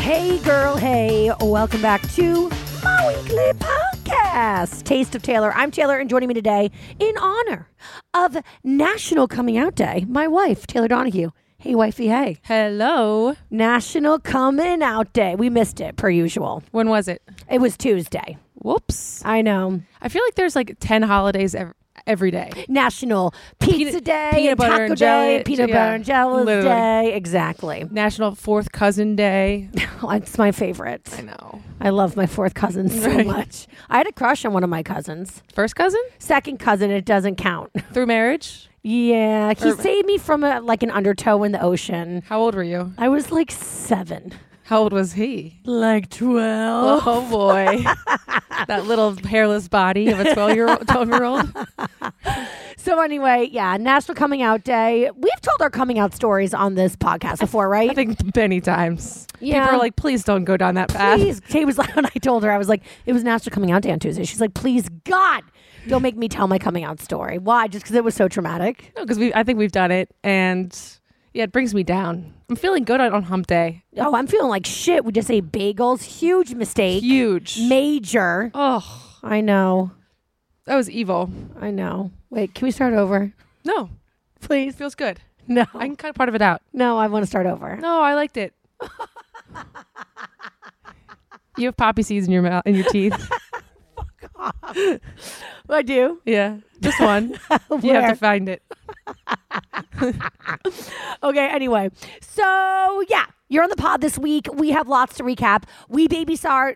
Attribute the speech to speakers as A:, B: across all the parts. A: Hey, girl, hey, welcome back to my weekly podcast, Taste of Taylor. I'm Taylor, and joining me today in honor of National Coming Out Day, my wife, Taylor Donahue. Hey, wifey, hey.
B: Hello.
A: National Coming Out Day. We missed it, per usual.
B: When was it?
A: It was Tuesday.
B: Whoops.
A: I know.
B: I feel like there's like 10 holidays ev- every day.
A: National Pizza
B: Peanut-
A: Day,
B: peanut butter
A: Taco
B: and
A: Day,
B: jelly-
A: Peanut
B: yeah,
A: Butter and Jello's
B: literally.
A: Day. Exactly. Oh,
B: National Fourth Cousin Day.
A: It's my favorite. I,
B: know.
A: love my fourth cousin so
B: Right.
A: much. I had a crush on one of my cousins.
B: First cousin?
A: Second cousin, it doesn't count.
B: Through marriage?
A: Yeah, he
B: Or-
A: saved me from a, like an undertow in the ocean.
B: How old were you?
A: I was like seven,
B: How old was he?
A: like twelve.
B: Oh, boy. that little hairless body of a 12 year old. 12 year old.
A: So anyway, yeah, National Coming Out Day. We've told our coming out stories on this podcast before, right?
B: I think many times.
A: Yeah.
B: People are like, please don't go down that path.
A: please. Tay was like, when I told her, I was like, it was National Coming Out Day on Tuesday. She's like, please, God, don't make me tell my coming out story. Why? Just because it was so traumatic.
B: No, because I think we've done it. And yeah, it brings me down. I'm feeling good on, on hump day.
A: Oh, I'm feeling like shit. We just ate bagels. Huge mistake.
B: Huge.
A: Major.
B: oh,
A: I know.
B: that was evil.
A: I know. Wait, can we start over?
B: No,
A: Please.
B: feels good.
A: No.
B: I can cut part of it out.
A: No, I want to start over.
B: No, I liked it. you have poppy seeds in your mouth in your teeth.
A: I do.
B: yeah, just one. you have
A: Where?
B: to find it.
A: Okay, anyway. So, yeah, you're on the pod this week. We have lots to recap. We baby saw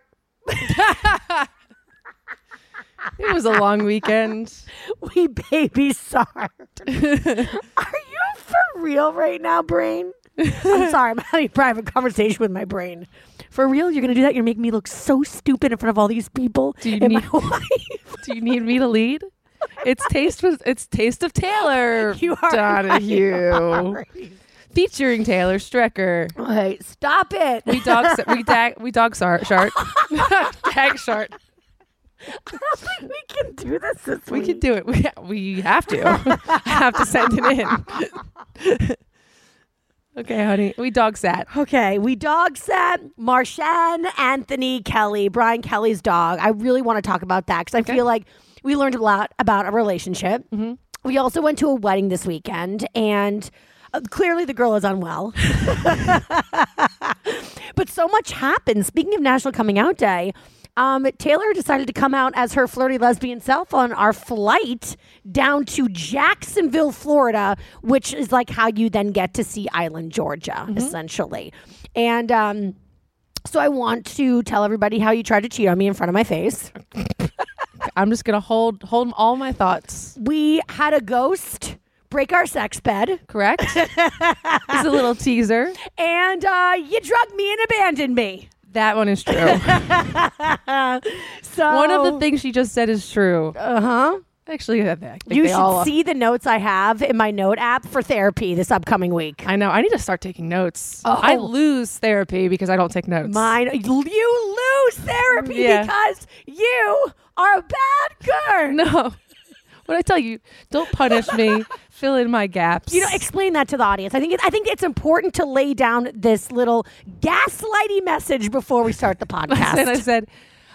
B: It was a long weekend.
A: we baby saw Are you for real right now, brain? I'm sorry, I'm having a private conversation with my brain. For real, you're gonna do that? You're making me look so stupid in front of all these people
B: Do you
A: and
B: need-
A: my wife.
B: Do you need me to lead? It's taste was it's taste of Taylor.
A: You are
B: Donahue featuring Taylor Strecker.
A: Okay, stop it.
B: We dog we dag we dog sar- shark dag shark.
A: I don't think we can do this this
B: We
A: week.
B: could do it. We, we have to. I have to send it in. okay, honey. We dog sat.
A: Okay, we dog sat Marshan Anthony Kelly, Brian Kelly's dog. I really want to talk about that because I feel like we learned a lot about a relationship. We also went to a wedding this weekend, and uh, clearly the girl is unwell. but so much happened. Speaking of National Coming Out Day, um, Taylor decided to come out as her flirty lesbian self on our flight down to Jacksonville, Florida, which is like how you then get to see Island, Georgia,
B: Mm-hmm.
A: essentially. And um, so I want to tell everybody how you tried to cheat on me in front of my face.
B: I'm just gonna hold hold all my thoughts.
A: We had a ghost. break our sex bed,
B: Correct? it's a little teaser.
A: and uh, you drug me and abandoned me.
B: That one is true.
A: So
B: One of the things she just said is true.
A: Uh huh.
B: Actually, I think
A: You
B: they
A: should
B: all-
A: see the notes I have in my note app for therapy this upcoming week.
B: I know. I need to start taking notes. I lose therapy because I don't take notes.
A: Mine, you lose therapy
B: Yeah.
A: because you are a bad girl.
B: No. What I tell you, don't punish me. Fill in my gaps.
A: You know, explain that to the audience. I think it, I think it's important to lay down this little gaslighty message before we start the podcast.
B: and I said,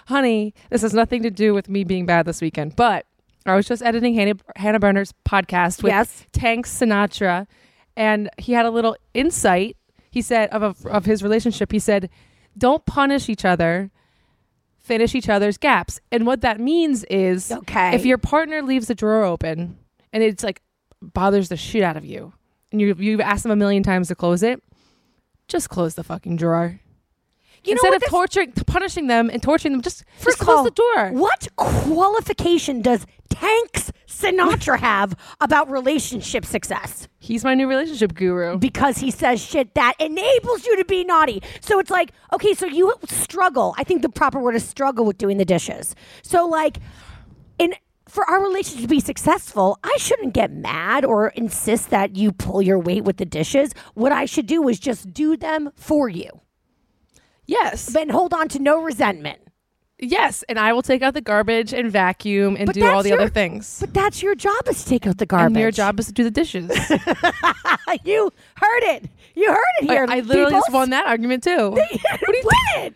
B: honey, this has nothing to do with me being bad this weekend, but I was just editing Hannah, Hannah Burner's podcast with
A: Yes.
B: Tank Sinatra, and he had a little insight. He said of, a, of his relationship, he said, don't punish each other. Finish each other's gaps. And what that means is
A: Okay.
B: if your partner leaves the drawer open and it's like bothers the shit out of you, and you, you've asked them a million times to close it, just close the fucking drawer
A: you
B: instead
A: what
B: of
A: this-
B: torturing, punishing them and torturing them, just, just
A: First of
B: close
A: all,
B: the door.
A: What qualification does Tanks Sinatra have about relationship success?
B: He's my new relationship guru.
A: Because he says shit that enables you to be naughty. So it's like, okay, so you struggle. I think the proper word is struggle with doing the dishes. So like in for our relationship to be successful, I shouldn't get mad or insist that you pull your weight with the dishes. What I should do is just do them for you.
B: yes.
A: Then hold on to no resentment.
B: yes. And I will take out the garbage and vacuum and
A: But
B: do all
A: that's
B: the
A: your-
B: other things.
A: But that's your job is to take out the garbage.
B: And your job is to do the dishes.
A: you heard it. You heard it
B: I,
A: here.
B: I literally
A: peoples.
B: just won that argument too.
A: what do you win?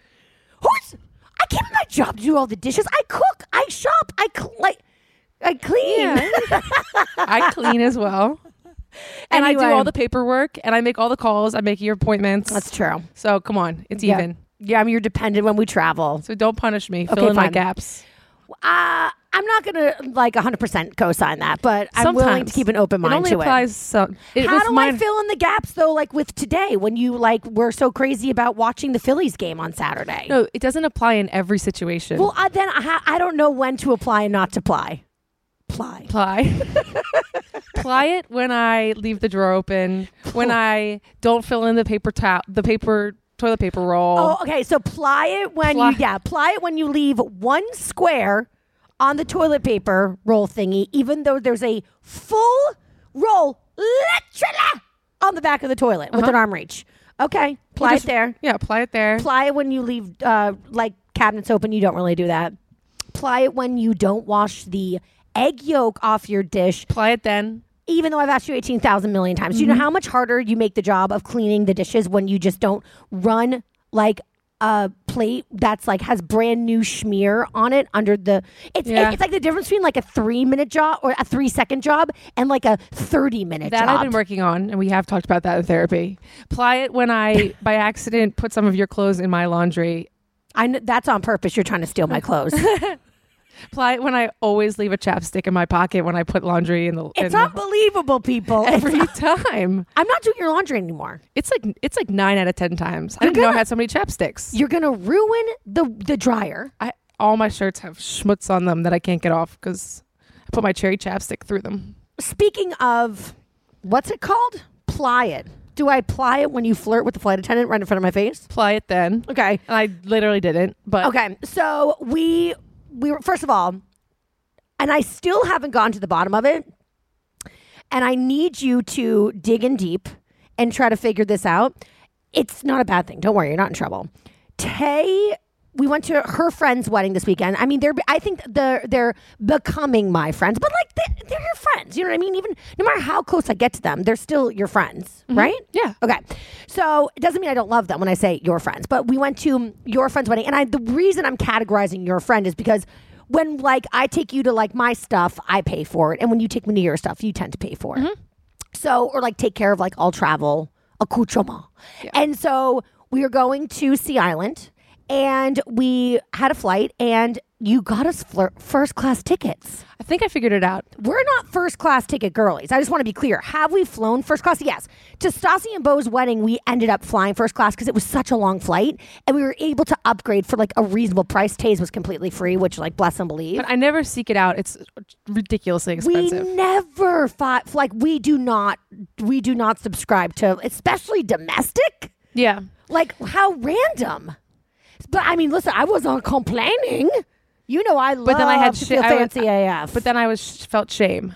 A: Who's? I keep my job to do all the dishes. I cook. I shop. I cl- like. I clean.
B: I clean as well. And I do
A: Anyway.
B: all the paperwork and I make all the calls. I make your appointments.
A: That's true.
B: So come on. It's
A: Yeah.
B: even.
A: Yeah, I'm your dependent when we travel.
B: So don't punish me. Fill
A: Okay,
B: in my
A: fine.
B: gaps.
A: Uh, I'm not gonna like 100% co-sign that, but I'm willing to
B: Sometimes.
A: keep an open mind
B: It only
A: to
B: applies
A: it.
B: some. It
A: How
B: was
A: do I
B: mine-
A: fill in the gaps though? Like with today, when you like were so crazy about watching the Phillies game on Saturday.
B: No, it doesn't apply in every situation.
A: Well, I, then I, ha- I don't know when to apply and not to apply. Apply.
B: ply ply it when i leave the drawer open
A: Oh.
B: when i don't fill in the paper towel the paper toilet paper roll
A: Oh, okay. So ply it when
B: Ply-
A: you yeah, ply it when you leave one square on the toilet paper roll thingy, even though there's a full roll literally on the back of the toilet with an arm reach. Okay, ply
B: Uh-huh. Just-
A: it there.
B: yeah ply it there
A: Ply it when you leave uh, like cabinets open. You don't really do that. Ply it when you don't wash the egg yolk off your dish,
B: ply it then
A: even though I've asked you 18,000 million times. Do you know
B: Mm-hmm.
A: how much harder you make the job of cleaning the dishes when you just don't run like a plate that's like has brand new schmear on it under the it's
B: Yeah.
A: it's like the difference between like a 3 minute job or a 3 second job and like a 30 minute
B: that
A: job.
B: i've been working on and we have talked about that in therapy ply it when i by accident put some of your clothes in my laundry
A: I kn- that's on purpose you're trying to steal my clothes.
B: ply it when i always leave a chapstick in my pocket when i put laundry in the in
A: it's
B: the-
A: unbelievable people.
B: every time
A: I'm not doing your laundry anymore.
B: it's like it's like nine out of ten times i didn't know i had so many chapsticks
A: You're going to ruin the the dryer.
B: I all my shirts have schmutz on them that I can't get off because I put my cherry chapstick through them.
A: Speaking of, what's it called? Ply it. Do I ply it when you flirt with the flight attendant right in front of my face?
B: Ply it then.
A: Okay.
B: And I literally didn't, but
A: Okay. So we we were first of all, and I still haven't gone to the bottom of it. And I need you to dig in deep and try to figure this out. It's not a bad thing. Don't worry, you're not in trouble. Tay, we went to her friend's wedding this weekend. I mean, they're I think they're they're becoming my friends, but like they, they're your friends. You know what I mean? Even no matter how close I get to them, they're still your friends, right?
B: Mm-hmm. Yeah.
A: Okay. So it doesn't mean I don't love them when I say your friends, but we went to your friend's wedding. And I, the reason I'm categorizing your friend is because when like I take you to like my stuff, I pay for it. And when you take me to your stuff, you tend to pay for it. So, or like take care of like all travel accoutrement. And so we are going to Sea Island and we had a flight, and you got us flir- first class tickets.
B: I think I figured it out.
A: We're not first class ticket girlies. I just want to be clear. Have we flown first class? Yes. To Stassi and Bo's wedding, we ended up flying first class because it was such a long flight, and we were able to upgrade for like a reasonable price. Taze was completely free, which like bless and believe.
B: But I never seek it out. It's ridiculously
A: We
B: expensive.
A: never fought like we do not we do not subscribe to especially domestic.
B: yeah.
A: Like how random. But I mean, listen, I wasn't complaining. You know, I love
B: But then I had
A: to
B: shi-
A: feel
B: I was-
A: fancy AF.
B: But then I was felt shame.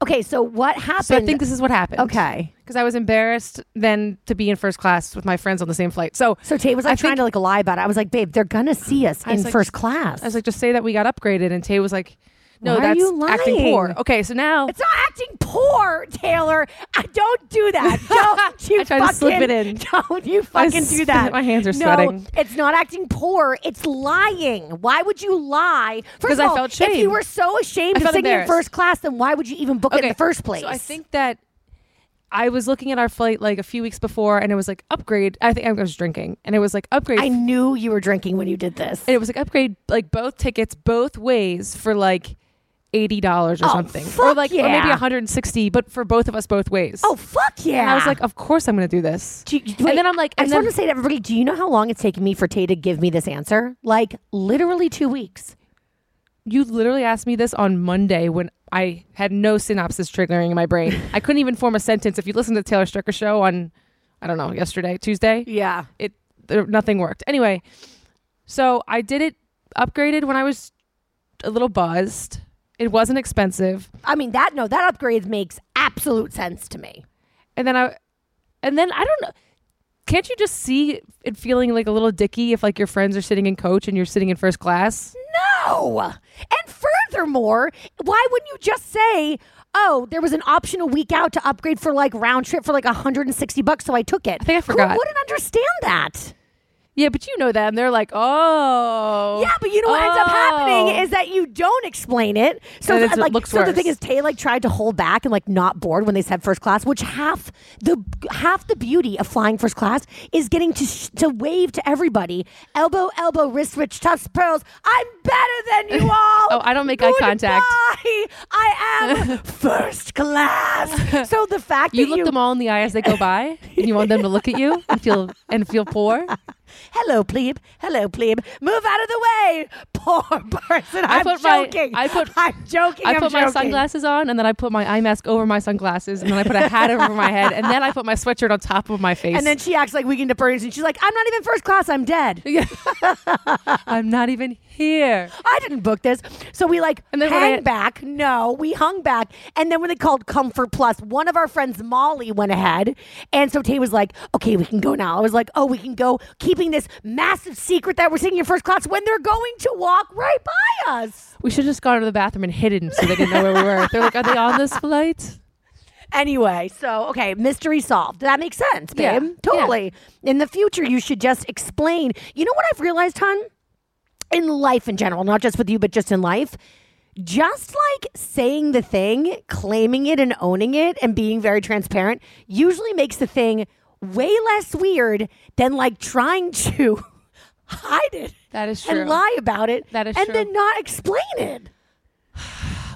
A: okay, so what happened?
B: So I think this is what happened.
A: okay.
B: Because I was embarrassed then to be in first class with my friends on the same flight. So
A: So Tay was like
B: I
A: trying
B: think-
A: to like lie about it. I was like, babe, they're gonna see us
B: I was
A: in
B: like-
A: first class.
B: I was like, just say that we got upgraded. And Tay was like, no,
A: Why are
B: that's
A: you
B: acting
A: lying?
B: poor. Okay, so now
A: it's not acting poor, Taylor. I don't do that. Don't you
B: I tried to slip
A: fucking-
B: it in.
A: Don't you fucking do
B: spit-
A: that.
B: my hands are
A: no,
B: sweating.
A: It's not acting poor. It's lying. Why would you lie? First
B: 'Cause
A: of
B: I
A: all,
B: felt
A: If
B: shame.
A: you were so ashamed
B: I
A: of
B: felt
A: sitting in
B: embarrassed.
A: first class, then why would you even book it in the first place?
B: So I think that I was looking at our flight like a few weeks before, and it was like upgrade. I think I was drinking, and it was like upgrade.
A: I knew you were drinking when you did this.
B: and it was like upgrade, like both tickets both ways for like eighty dollars or
A: Oh,
B: something, or
A: fuck
B: like or maybe
A: yeah.
B: one hundred and sixty, but for both of us both ways.
A: oh fuck yeah!
B: And I was like, of course I'm going to do this.
A: Do you- wait,
B: and then I'm like,
A: I
B: and
A: just
B: then
A: want to say to everybody, do you know how long it's taken me for Tay to give me this answer? Like literally two weeks.
B: you literally asked me this on Monday when I had no synopsis triggering in my brain. I couldn't even form a sentence. If you listen to the Taylor Stricker show on, I don't know, yesterday, Tuesday,
A: Yeah.
B: it there, nothing worked anyway so i did it upgraded when i was a little buzzed it wasn't expensive
A: I mean that no, that upgrade makes absolute sense to me.
B: and then i and then i don't know can't you just see it feeling like a little dicky if like your friends are sitting in coach and you're sitting in first class
A: Mm-hmm. No. And furthermore, why wouldn't you just say, "Oh, there was an option a week out to upgrade for like round trip for like 160 bucks, so I took it." I
B: think I forgot.
A: Who wouldn't understand that?
B: yeah but you know that and they're like oh
A: Yeah, but you know what ends up happening
B: oh.
A: is that you don't explain it. So
B: And it's-
A: th-
B: it
A: like,
B: looks
A: so the
B: worse.
A: thing is, Tay like tried to hold back and like not board when they said first class, which half the half the beauty of flying first class is getting to sh- to wave to everybody, elbow elbow, wrist rich, tuss pearls. I'm better than you all.
B: Oh, I don't make eye contact.
A: Goodbye. I am first class. So the fact
B: you
A: that
B: look
A: you
B: them all in the eye as they go by and you want them to look at you and feel and feel poor
A: hello plebe, hello plebe, move out of the way, poor person.
B: I
A: I'm
B: put my-
A: joking.
B: I put-
A: I'm joking.
B: I
A: I'm
B: put my
A: joking.
B: sunglasses on and then I put my eye mask over my sunglasses and then I put a hat over my head and then I put my sweatshirt on top of my face.
A: And then she acts like Weekend at Bernie's, and she's like, "I'm not even first class. I'm dead.
B: I'm not even here.
A: I didn't book this." So we like
B: And then when
A: hang
B: I-
A: back. No, we hung back. And then when they called Comfort Plus, one of our friends, Molly, went ahead, and so Tay was like, "Okay, we can go now." I was like, "Oh, we can go." Keeping this massive secret that we're sitting in first class when they're going to walk right by us.
B: We should have just gone to the bathroom and hidden so they didn't know where we were. They're like, are they on this flight?
A: Anyway, so okay, mystery solved. That makes sense, babe.
B: Yeah.
A: Totally. In the future, you should just explain. You know what I've realized, hon? In life in general, not just with you, but just in life, just like saying the thing, claiming it and owning it and being very transparent usually makes the thing way less weird than like trying to hide it
B: That is true.
A: and lie about it
B: That is
A: and
B: true.
A: then not explain it.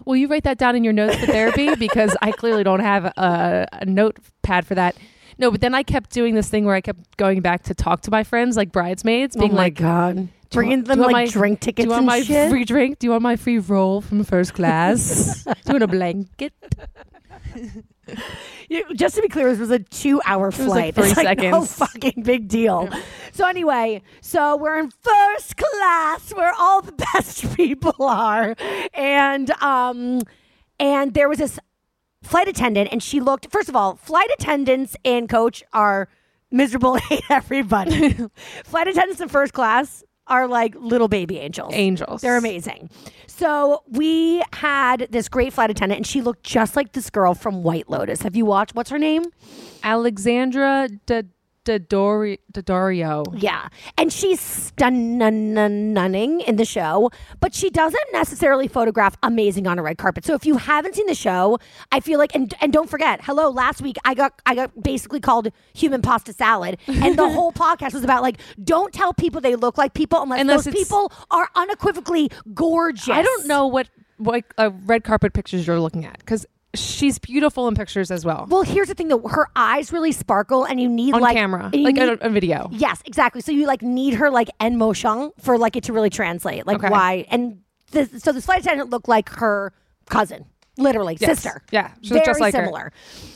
B: Will you write that down in your notes for therapy? Because I clearly don't have a, a notepad for that. No, but then I kept doing this thing where I kept going back to talk to my friends, like bridesmaids, being like,
A: Oh God. Bringing
B: Do you
A: them like
B: want my-
A: drink
B: Do
A: tickets
B: you want
A: and
B: my
A: shit.
B: free drink? Do you want my free roll from first class? Do you want a blanket?
A: You- just to be clear, this was a two-hour
B: was
A: flight.
B: like
A: It's
B: three
A: No
B: seconds.
A: fucking big deal. So anyway, so we're in first class, where all the best people are, and um, and there was this flight attendant, and she looked. First of all, flight attendants and coach are miserable. and Hate everybody. flight attendants in first class are like little baby angels.
B: Angels.
A: They're amazing. So we had this great flight attendant, and she looked just like this girl from White Lotus. Have you watched? What's her name?
B: Alexandra da Dadori- Daddario.
A: Yeah. And she's stunning in the show, but she doesn't necessarily photograph amazing on a red carpet. So if you haven't seen the show, I feel like and and don't forget, hello, last week I got I got basically called human pasta salad and the whole podcast was about like don't tell people they look like people unless,
B: Unless
A: those
B: it's-
A: people are unequivocally gorgeous.
B: I don't know what what uh, red carpet pictures you're looking at because she's beautiful in pictures as well
A: Well, here's the thing though, her eyes really sparkle and you need
B: on
A: like
B: camera,
A: you
B: like
A: need-
B: on, on video.
A: Yes, exactly. So you like need her like en motion for like it to really translate. Like
B: Okay.
A: why? And this, so this flight attendant looked like her cousin, literally
B: Yes.
A: sister.
B: Yeah, she
A: very
B: looked just like her.
A: similar.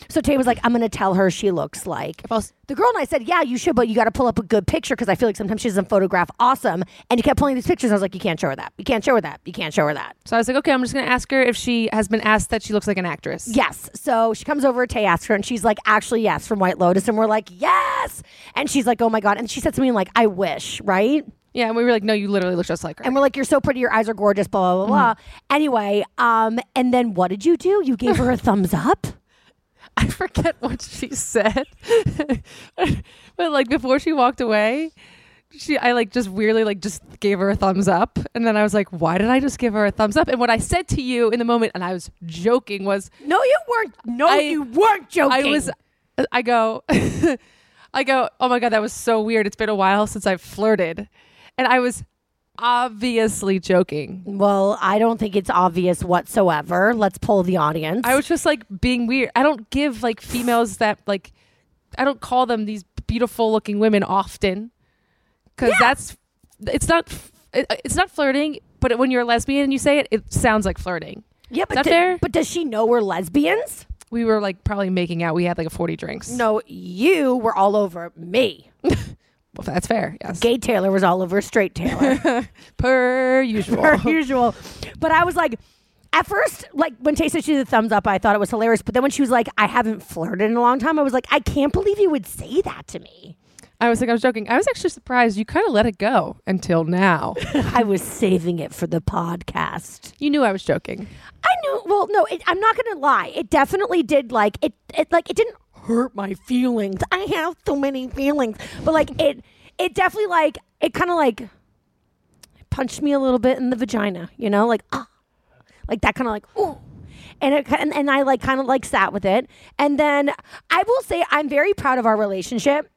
A: So Tay was like, "I'm gonna tell her she looks like."
B: I was-
A: the girl and I said, "Yeah, you should, but you got to pull up a good picture because I feel like sometimes she doesn't photograph awesome." And you kept pulling these pictures. I was like, "You can't show her that. You can't show her that. You can't show her that."
B: So I was like, okay, I'm just gonna ask her if she has been asked that she looks like an actress.
A: Yes. So she comes over, Tay asks her, and she's like, actually, yes, from White Lotus. And we're like, yes. And she's like, oh my God. And she said something like, I wish, right?
B: Yeah, and we were like, no, you literally look just like her.
A: And we're like, you're so pretty, your eyes are gorgeous, blah, blah, blah, blah. Anyway, um, and then what did you do? You gave her a thumbs up?
B: I forget what she said, but like before she walked away, she I like just weirdly like just gave her a thumbs up, and then I was like, why did I just give her a thumbs up? And what I said to you in the moment, and I was joking, was
A: No, you weren't. No,
B: I-
A: you weren't joking.
B: I was, I go, I go, oh my God, that was so weird. It's been a while since I've flirted. And I was obviously joking.
A: Well, I don't think it's obvious whatsoever. Let's pull the audience.
B: I was just like being weird. I don't give like females that, like, I don't call them these beautiful looking women often because that's, it's not, it, it's not flirting, but when you're a lesbian and you say it, it sounds like flirting.
A: yeah, but
B: that
A: do-
B: fair?
A: but does she know we're lesbians?
B: We were like probably making out. We had like a 40 drinks.
A: No, you were all over me.
B: Well, that's fair. Yes.
A: Gay Taylor was all over straight Taylor.
B: per usual.
A: per usual. But I was like, at first, like when Tay said she did the thumbs up, I thought it was hilarious. But then when she was like, I haven't flirted in a long time, I was like, I can't believe you would say that to me.
B: I was like, I was joking. I was actually surprised you kind of let it go until now.
A: I was saving it for the podcast.
B: you knew I was joking.
A: I knew. Well, no, it, I'm not gonna lie. It definitely did. Like it, it like it didn't hurt my feelings. I have so many feelings, but like it, it definitely like it kind of like punched me a little bit in the vagina. You know, like ah, like that kind of like ooh. And, it, ki- and and I like kind of like sat with it, and then I will say I'm very proud of our relationship.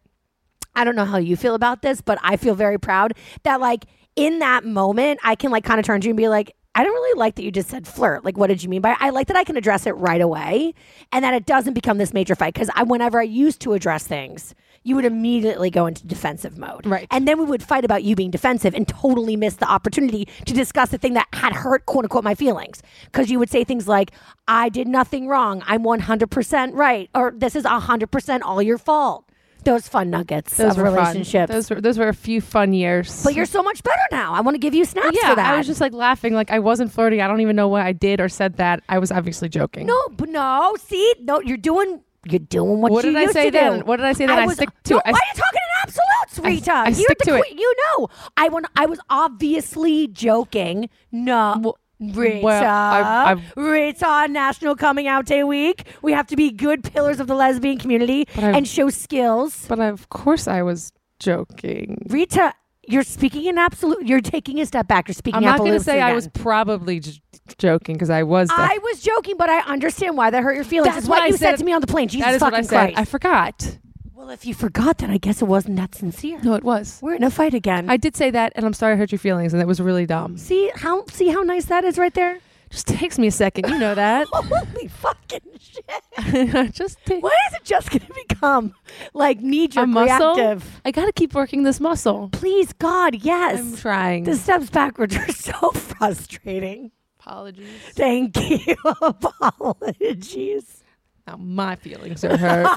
A: I don't know how you feel about this, but I feel very proud that like in that moment I can like kind of turn to you and be like, I don't really like that you just said flirt. Like, what did you mean by? I like that I can address it right away, and that it doesn't become this major fight. Because I, whenever I used to address things, you would immediately go into defensive mode,
B: Right.
A: And then we would fight about you being defensive and totally miss the opportunity to discuss the thing that had hurt, quote unquote, my feelings. Because you would say things like, "I did nothing wrong. I'm 100 percent right," or "This is 100 percent all your fault." Those fun nuggets
B: Those
A: of
B: were fun.
A: relationships.
B: Those were those were a few fun years.
A: but you're so much better now. I want to give you snaps
B: yeah,
A: for that.
B: I was just like laughing, like I wasn't flirting. I don't even know what I did or said that. I was obviously joking.
A: no, but no. See, no, you're doing. You're doing what,
B: What
A: you
B: did I
A: used
B: say
A: to do.
B: then? What did I say then? I
A: was-
B: stick to
A: no,
B: it. I
A: why
B: s-
A: are you talking in absolutes, Rita?
B: I
A: you're
B: stick
A: the
B: to it.
A: queen. You know, I want. I was obviously joking. No. Rita,
B: well, I- I've-
A: Rita, on National Coming Out Day week. We have to be good pillars of the lesbian community
B: I've-
A: and show skills.
B: But I, of course I was joking.
A: Rita, you're speaking in absolute. You're taking a step back. You're speaking.
B: I'm not going to
A: absolutes
B: say I
A: again.
B: was probably j- joking because I was.
A: I was joking, but I understand why that hurt your feelings. That's what,
B: I
A: you said, to me on the plane. Jesus
B: that is
A: fucking
B: what I said.
A: Christ.
B: I forgot.
A: well, if you forgot that, I guess it wasn't that sincere.
B: No, it was.
A: We're in a fight again.
B: I did say that, and I'm sorry I hurt your feelings, and that was really dumb.
A: see how see how nice that is right there.
B: Just takes me a second, you know that.
A: Holy fucking shit!
B: Just takes.
A: Why is it just going to become like knee
B: a
A: jerk
B: muscle.
A: reactive?
B: I gotta keep working this muscle.
A: Please, God, yes.
B: I'm trying.
A: The steps backwards are so frustrating.
B: Apologies.
A: Thank you. Apologies.
B: Now my feelings are hurt.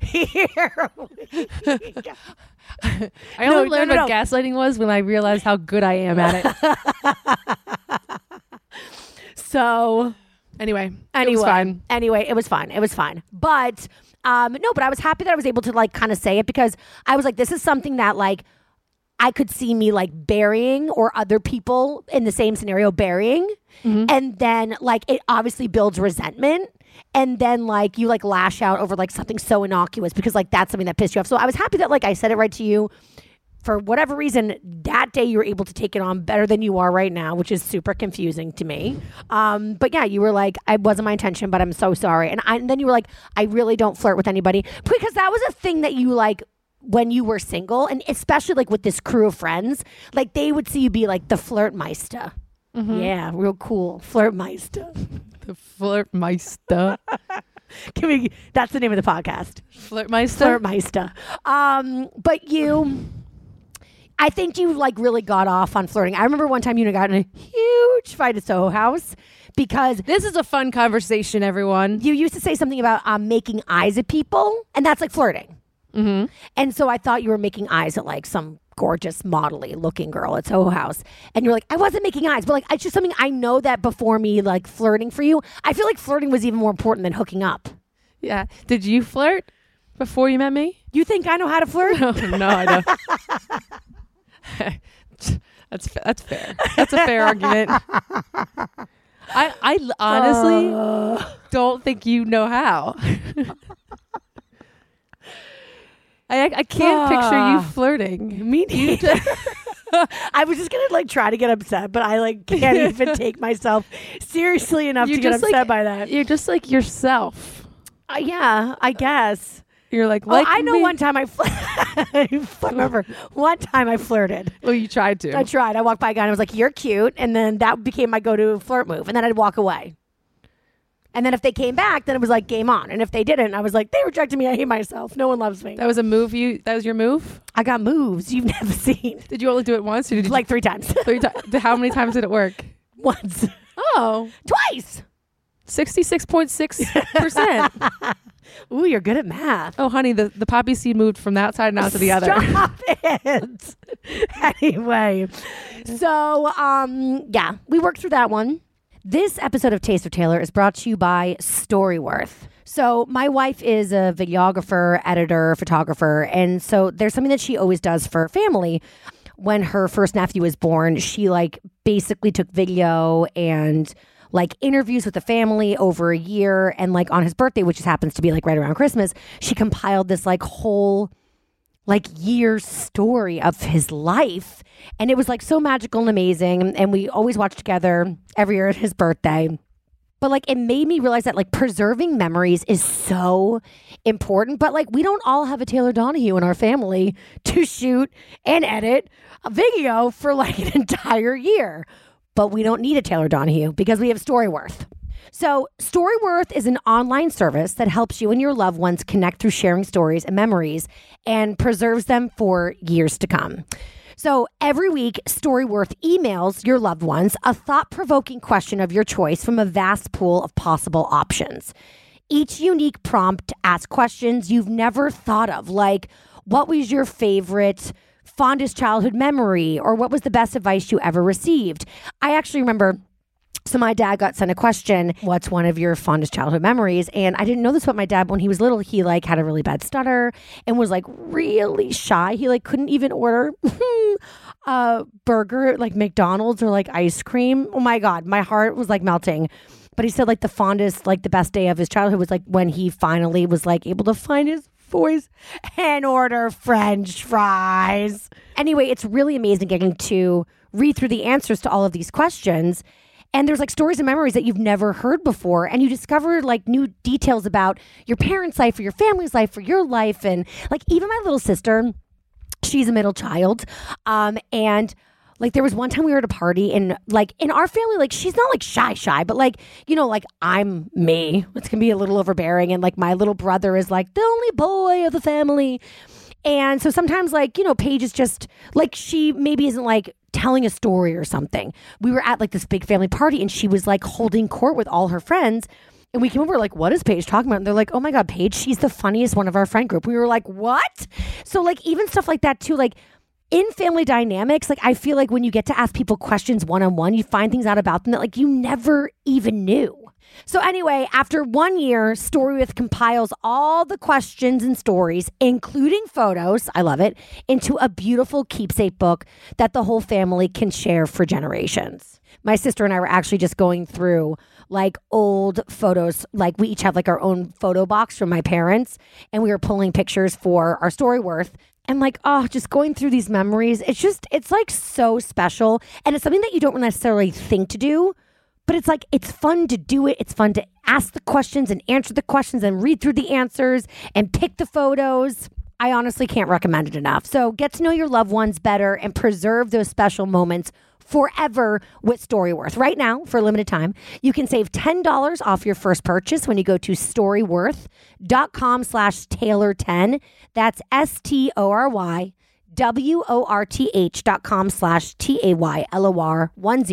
A: Here we go.
B: I
A: No,
B: only
A: no,
B: learned
A: no,
B: what gaslighting was when I realized how good I am at it.
A: So
B: anyway,
A: anyway,
B: it was fine.
A: anyway, it was fine. It was fine. But um, no, but I was happy that I was able to like kind of say it because I was like, this is something that like I could see me like burying or other
B: Mm-hmm.
A: people in the same scenario burying, and then like it obviously builds resentment. and then like you like lash out over like something so innocuous because like that's something that pissed you off. So I was happy that like I said it right to you. For whatever reason, that day you were able to take it on better than you are right now, which is super confusing to me. Um, but yeah, you were like, "It wasn't my intention, but I'm so sorry." And, I, and then you were like, "I really don't flirt with anybody," because that was a thing that you like when you were single, and especially like with this crew of friends, like they would see you be like the flirt meister. Yeah, real cool, flirt meister.
B: The Flirtmeister.
A: Can we? That's the name of the podcast.
B: Flirtmeister.
A: Flirtmeister. Um, but you, I think you like really got off on flirting. I remember one time you and I got in a huge fight at Soho House because
B: This is a fun conversation, everyone.
A: you used to say something about um, making eyes at people, and that's like flirting.
B: Mm-hmm.
A: And so I thought you were making eyes at like some gorgeous modelly looking girl at Soho House. And you're like, I wasn't making eyes, but like it's just something I know that before me, like flirting for you. I feel like flirting was even more important than hooking up.
B: Yeah. Did you flirt before you met me?
A: You think I know how to flirt?
B: no, no, I don't. that's fa- that's fair. That's a fair argument. I I l- honestly
A: Uh.
B: don't think you know how. I I can't picture you
A: Ah.
B: flirting.
A: Me neither. I was just gonna like try to get upset, but I like can't even take myself seriously enough
B: You
A: to get
B: just,
A: upset
B: like-
A: by that.
B: You're just like yourself.
A: Uh, yeah, I guess.
B: You're like
A: Well,
B: like
A: I know
B: me.
A: one time I, fl- I remember one time I flirted.
B: Well, you tried to.
A: I tried. I walked by a guy and I was like, "You're cute," and then that became my go-to flirt move. And then I'd walk away. And then if they came back, then it was like game on. And if they didn't, I was like, "They rejected me. I hate myself. No one loves me."
B: that was a move. You that was your move.
A: I got moves you've never seen,
B: Did you only do it once? Or did you
A: like three times,
B: three times? How many times did it work?
A: once,
B: Oh,
A: twice.
B: 66.6%.
A: Ooh, you're good at math.
B: oh, honey, the, the poppy seed moved from that side and out to the other.
A: Stop it. anyway, so um, yeah, we worked through that one. This episode of Taste of Taylor is brought to you by Storyworth. So, my wife is a videographer, editor, photographer, and so there's something that she always does for family. When her first nephew was born, she like basically took video and like interviews with the family over a year and like on his birthday, which just happens to be like right around Christmas, she compiled this like whole like year story of his life. And it was like so magical and amazing. And we always watch together every year at his birthday. But like it made me realize that like preserving memories is so important. But like we don't all have a Taylor Donahue in our family to shoot and edit a video for like an entire year. But we don't need a Taylor Donahue because we have Storyworth. So, Storyworth is an online service that helps you and your loved ones connect through sharing stories and memories and preserves them for years to come. So, every week, Storyworth emails your loved ones a thought provoking question of your choice from a vast pool of possible options. Each unique prompt asks questions you've never thought of, like, what was your favorite? Fondest childhood memory, or what was the best advice you ever received? I actually remember so my dad got sent a question, what's one of your fondest childhood memories? And I didn't know this about my dad. When he was little, he like had a really bad stutter and was like really shy. He like couldn't even order a burger at, like McDonald's or like ice cream. Oh my god, my heart was like melting. But he said like the fondest, like the best day of his childhood was like when he finally was like able to find his voice and order french fries. Anyway, it's really amazing getting to read through the answers to all of these questions and there's like stories and memories that you've never heard before and you discover like new details about your parents' life or your family's life or your life and like even my little sister she's a middle child um and like there was one time we were at a party and like in our family like she's not like shy shy but like you know like i'm me it's gonna be a little overbearing and like my little brother is like the only boy of the family and so sometimes like you know paige is just like she maybe isn't like telling a story or something we were at like this big family party and she was like holding court with all her friends and we came over like, what is Paige talking about? And they're like, oh my God, Paige, she's the funniest one of our friend group. We were like, what? So like even stuff like that too, like in family dynamics, like I feel like when you get to ask people questions one on one, you find things out about them that like you never even knew. So, anyway, after one year, Story with compiles all the questions and stories, including photos, I love it, into a beautiful keepsake book that the whole family can share for generations. My sister and I were actually just going through like old photos. Like, we each have like our own photo box from my parents, and we were pulling pictures for our story worth. And like, oh, just going through these memories, it's just, it's like so special. And it's something that you don't necessarily think to do. But it's like, it's fun to do it. It's fun to ask the questions and answer the questions and read through the answers and pick the photos. I honestly can't recommend it enough. So get to know your loved ones better and preserve those special moments forever with Storyworth. Right now, for a limited time, you can save $10 off your first purchase when you go to storyworth.com slash Taylor10. That's S-T-O-R-Y W O R T H dot com slash T A Y L O R 10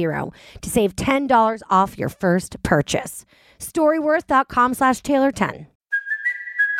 A: to save $10 off your first purchase. Storyworth.com slash Taylor 10.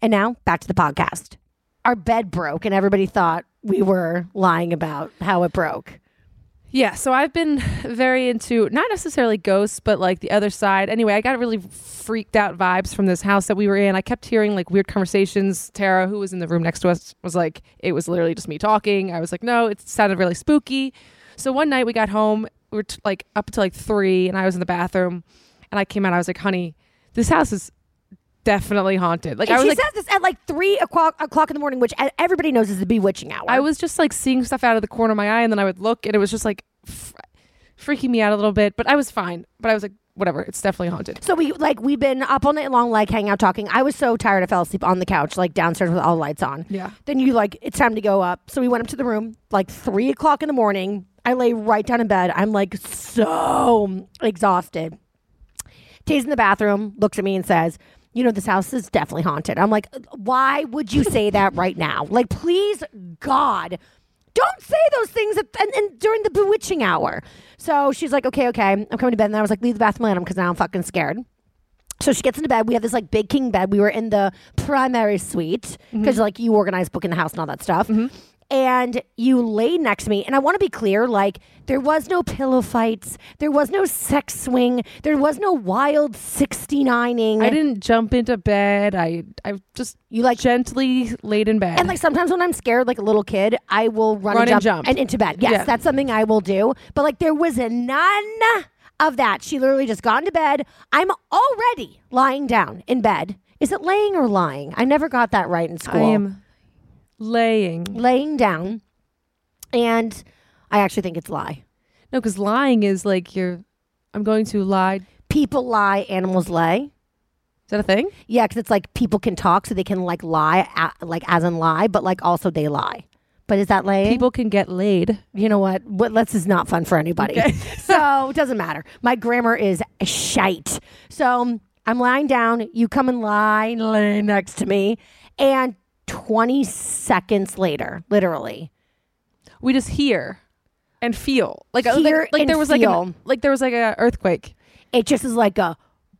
A: And now back to the podcast. Our bed broke, and everybody thought we were lying about how it broke.
B: Yeah, so I've been very into not necessarily ghosts, but like the other side. Anyway, I got really freaked out vibes from this house that we were in. I kept hearing like weird conversations. Tara, who was in the room next to us, was like, it was literally just me talking. I was like, no, it sounded really spooky. So one night we got home, we were t- like up until like three, and I was in the bathroom, and I came out. I was like, honey, this house is definitely haunted. Like I
A: And
B: was
A: she
B: like,
A: says this at like three o'clock, o'clock in the morning, which uh, everybody knows is the bewitching hour.
B: I was just like seeing stuff out of the corner of my eye, and then I would look, and it was just like fr- freaking me out a little bit. But I was fine. But I was like, whatever. It's definitely haunted.
A: So we like we've been up all night long, like hanging out, talking. I was so tired, I fell asleep on the couch, like downstairs with all the lights on.
B: Yeah.
A: Then you like it's time to go up, so we went up to the room like three o'clock in the morning. I lay right down in bed. I'm like so exhausted. Tay's in the bathroom, looks at me and says, "You know this house is definitely haunted." I'm like, "Why would you say that right now? Like, please, God." Don't say those things at, and, and during the bewitching hour. So she's like, okay, okay, I'm coming to bed. And then I was like, leave the bathroom alone because now I'm fucking scared. So she gets into bed. We have this like big king bed. We were in the primary suite
B: Mm-hmm.
A: because like you organize book in the house and all that stuff. And you lay next to me. And I want to be clear like, there was no pillow fights. There was no sex swing. There was no wild 69ing.
B: I didn't jump into bed. I I just
A: You, like-
B: gently laid in bed.
A: And like sometimes when I'm scared, like a little kid, I will run,
B: Run
A: and,
B: and
A: jump
B: jump.
A: and into bed. Yes,
B: Yeah.
A: that's something I will do. But like there was none of that. She literally just got into bed. I'm already lying down in bed. Is it laying or lying? I never got that right in
B: I
A: school.
B: am laying.
A: laying down, and I actually think it's lie.
B: No, because lying is like you're. I'm going to lie. Is
A: People lie, animals lay.
B: that a thing?
A: Yeah, because it's like people can talk, so they can like lie, a- like as in lie, but like also they lie. But is that laying?
B: People can get laid.
A: you know what? What let's is not fun for anybody. so it doesn't matter. My grammar is shite. So I'm lying down. You come and lie, lay next to me, and 20 seconds later, literally,
B: We just hear and feel like like-
A: Hear
B: like,
A: and
B: there was like
A: feel.
B: an, like there was like a earthquake.
A: it just is like a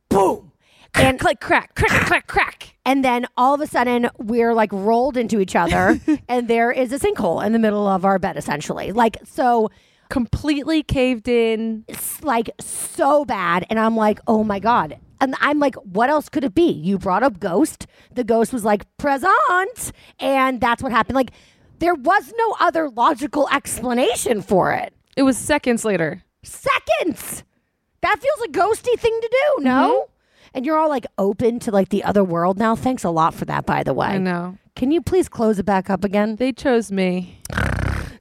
A: boom. And
B: Click crack crack crack crack.
A: And then all of a sudden, we're like rolled into each other, and there is a sinkhole in the middle of our bed, essentially. Like, so,
B: Completely caved in.
A: it's, like, so bad. And I'm like, oh my God. And I'm like, what else could it be? You brought up ghost. The ghost was like, present. And that's what happened. Like, there was no other logical explanation for it.
B: It was seconds later.
A: Seconds. That feels a ghosty thing to do, no?
B: Mm-hmm.
A: And you're all like open to like the other world now. Thanks a lot for that, by the way.
B: I know.
A: Can you please close it back up again?
B: They chose me.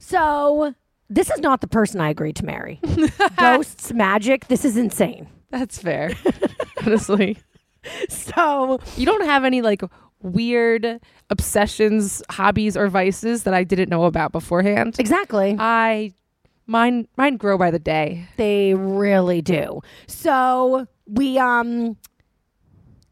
A: So this is not the person I agreed to marry. Ghosts, magic. This is insane.
B: That's fair. Honestly.
A: So
B: You don't have any like weird obsessions, hobbies, or vices that I didn't know about beforehand.
A: exactly.
B: I mine mine grow by the day.
A: They really do. So we um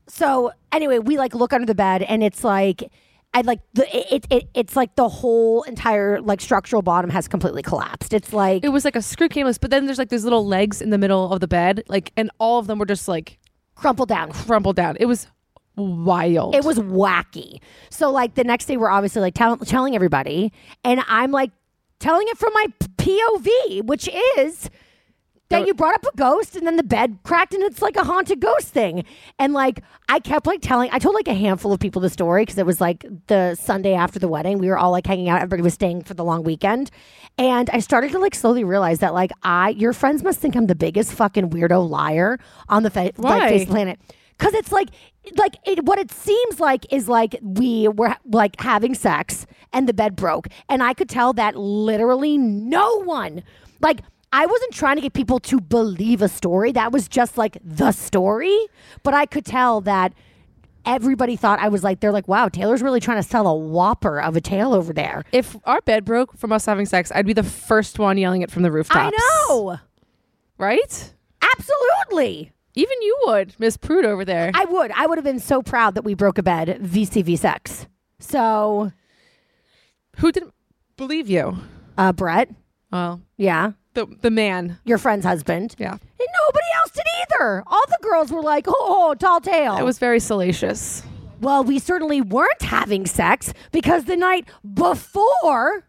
A: so anyway, we like look under the bed and it's like I like the it, it it's like the whole entire like structural bottom has completely collapsed. It's like
B: It was like a screw came loose, but then there's like these little legs in the middle of the bed, like and all of them were just like
A: crumpled down.
B: crumpled down. It was wild.
A: It was wacky. So like the next day we're obviously like tell- telling everybody and I'm like telling it from my POV, which is that you brought up a ghost and then the bed cracked and it's like a haunted ghost thing. And like I kept like telling I told like a handful of people the story because it was like the Sunday after the wedding. We were all like hanging out, everybody was staying for the long weekend. And I started to like slowly realize that like I your friends must think I'm the biggest fucking weirdo liar on the fa- like,
B: Why?
A: face planet. Cause it's like, like it, what it seems like is like we were like having sex and the bed broke, and I could tell that literally no one, like I wasn't trying to get people to believe a story. That was just like the story, but I could tell that everybody thought I was like, they're like, wow, Taylor's really trying to sell a whopper of a tale over there.
B: if our bed broke from us having sex, I'd be the first one yelling it from the rooftops.
A: I know,
B: right?
A: absolutely.
B: Even you would, Miss Prude over there.
A: I would. I would have been so proud that we broke a bed VCV sex. So,
B: Who didn't believe you?
A: uh, Brett,
B: Well,
A: yeah.
B: the the man.
A: your friend's husband.
B: Yeah.
A: And nobody else did either. All the girls were like, oh, tall tale.
B: It was very salacious.
A: well, we certainly weren't having sex because the night before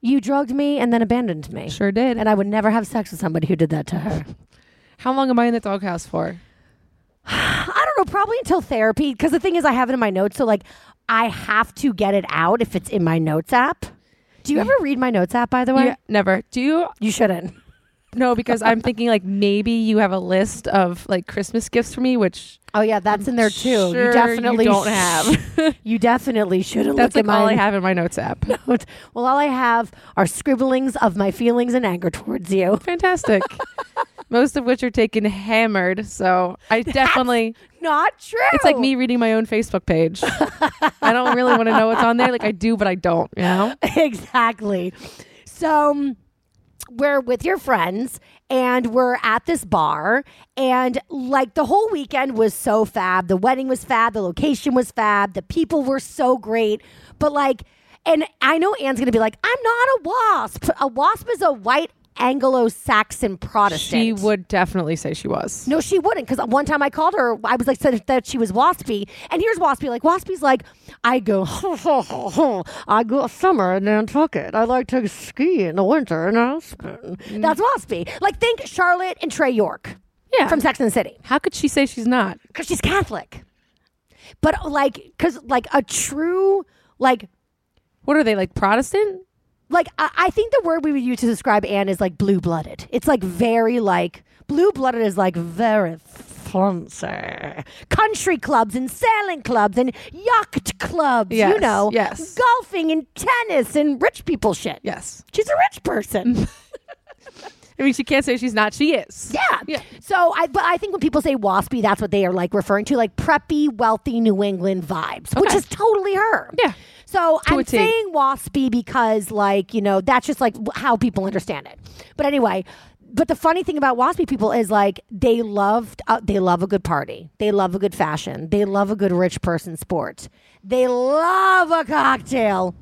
A: you drugged me and then abandoned me.
B: Sure did.
A: And I would never have sex with somebody who did that to her.
B: How long am I in the doghouse for?
A: I don't know, probably until therapy. Because the thing is, I have it in my notes. So, like, I have to get it out if it's in my notes app. Do you ever read my notes app, by the way?
B: Yeah, never. Do you
A: You shouldn't.
B: No, because I'm thinking like maybe you have a list of like Christmas gifts for me, which
A: Oh, yeah, that's in there too.
B: sure
A: you
B: you
A: definitely
B: don't
A: sh-
B: have.
A: you definitely shouldn't
B: that's
A: look
B: like
A: at mine.
B: all I have in my notes app.
A: note. Well, all I have are scribblings of my feelings and anger towards you.
B: Fantastic. Most of which are taken hammered, so I definitely
A: Not true.
B: it's like me reading my own Facebook page. I don't really want to know what's on there. Like I do, but I don't, you know?
A: exactly. So um, we're with your friends and we're at this bar and like the whole weekend was so fab. The wedding was fab, the location was fab, the people were so great. But like and I know Anne's going to be like, "I'm not a wasp. A wasp is a white Anglo-Saxon Protestant."
B: She would definitely say she was.
A: No, she wouldn't. Because one time I called her, I was like said that she was waspy, and here's waspy. Like waspy's like, I go, I go summer in Nantucket. I like to ski in the winter in Aspen. That's waspy. Like think Charlotte and Trey York,
B: Yeah.
A: from Sex and the City,
B: How could she say she's not?
A: because she's Catholic. But like, because like a true like.
B: What are they like Protestant?
A: Like I, I think the word we would use to describe Anne is like blue blooded. It's like very like blue blooded is like very fancy. Country clubs and sailing clubs and yacht clubs, you
B: Yes,
A: know.
B: yes.
A: Golfing and tennis and rich people shit.
B: Yes.
A: She's a rich person.
B: I mean she can't say she's not. She is.
A: yeah.
B: Yeah.
A: So I but I think when people say waspy, that's what they are like referring to, like preppy, wealthy New England vibes, which
B: Okay.
A: is totally her.
B: Yeah.
A: So
B: To a
A: I'm
B: T.
A: saying waspy because, like, you know, that's just like wh- how people understand it. But anyway, but the funny thing about waspy people is like they love uh, they love a good party, they love a good fashion, they love a good rich person sport, they love a cocktail.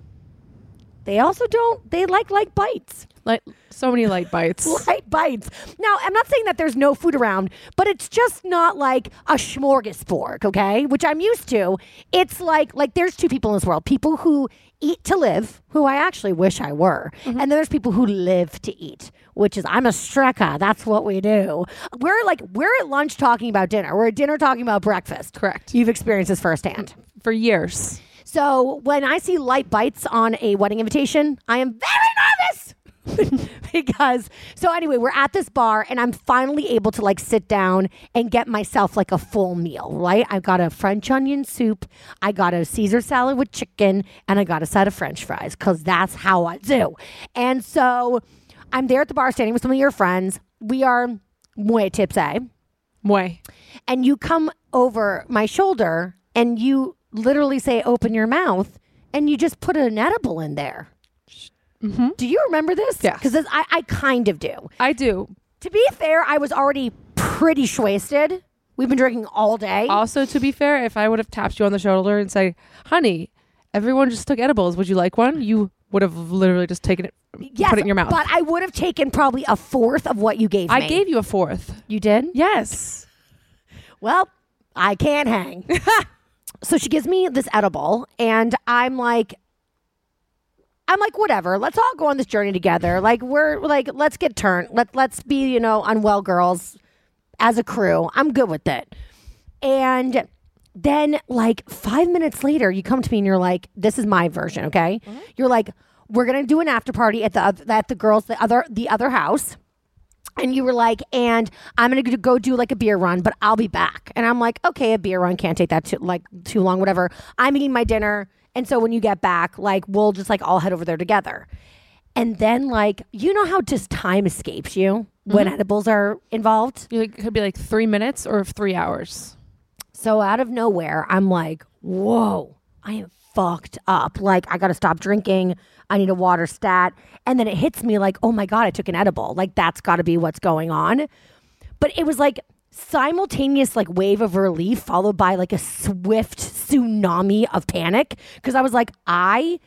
A: They also don't. They like like bites.
B: Like so many light bites.
A: Light bites. Now, I'm not saying that there's no food around, but it's just not like a smorgasbord, okay? Which I'm used to. It's like like there's two people in this world: people who eat to live, who I actually wish I were, and there's people who live to eat, which is I'm a strecker. That's what we do. We're like we're at lunch talking about dinner. We're at dinner talking about breakfast.
B: Correct.
A: You've experienced this firsthand.
B: For years.
A: So when I see light bites on a wedding invitation, I am very nervous. because so anyway, we're at this bar and I'm finally able to like sit down and get myself like a full meal, right? I got a French onion soup, I got a Caesar salad with chicken, and I got a side of French fries because that's how I do. And so I'm there at the bar standing with some of your friends. We are muy tipsy
B: Way.
A: and you come over my shoulder and you literally say, "Open your mouth," and you just put an edible in there. Do you remember this?
B: Mm-hmm. Yes.
A: because I, I kind of do.
B: I do.
A: To be fair, I was already pretty wasted. We've been drinking all day.
B: Also, to be fair, if I would have tapped you on the shoulder and say, "Honey, everyone just took edibles. Would you like one?" You would have literally just taken it,
A: Yes,
B: put it in your mouth.
A: But I would have taken probably a fourth of what you gave me.
B: I gave you a fourth.
A: You did?
B: Yes.
A: well, I can't hang. so she gives me this edible, and I'm like, I'm like, whatever. Let's all go on this journey together. Like we're like, let's get turned. Let let's be, you know, unwell girls as a crew. I'm good with it. And then like five minutes later, you come to me and you're like, this is my version, okay? You're like, we're gonna do an after party at the oth- at the girls the other the other house and you were like, and I'm gonna go do like a beer run, but I'll be back. And I'm like, okay, a beer run can't take that too like too long, whatever. I'm eating my dinner, and so when you get back, like we'll just like all head over there together. And then like you know how just time escapes you when edibles are involved.
B: You like, could be like three minutes or three hours.
A: So out of nowhere, I'm like, whoa, I am fucked up. Like, I gotta stop drinking. I need a water stat. And then it hits me like, oh my God, I took an edible. Like, that's gotta be what's going on. But it was like simultaneous like wave of relief followed by like a swift tsunami of panic. Cause I was like, I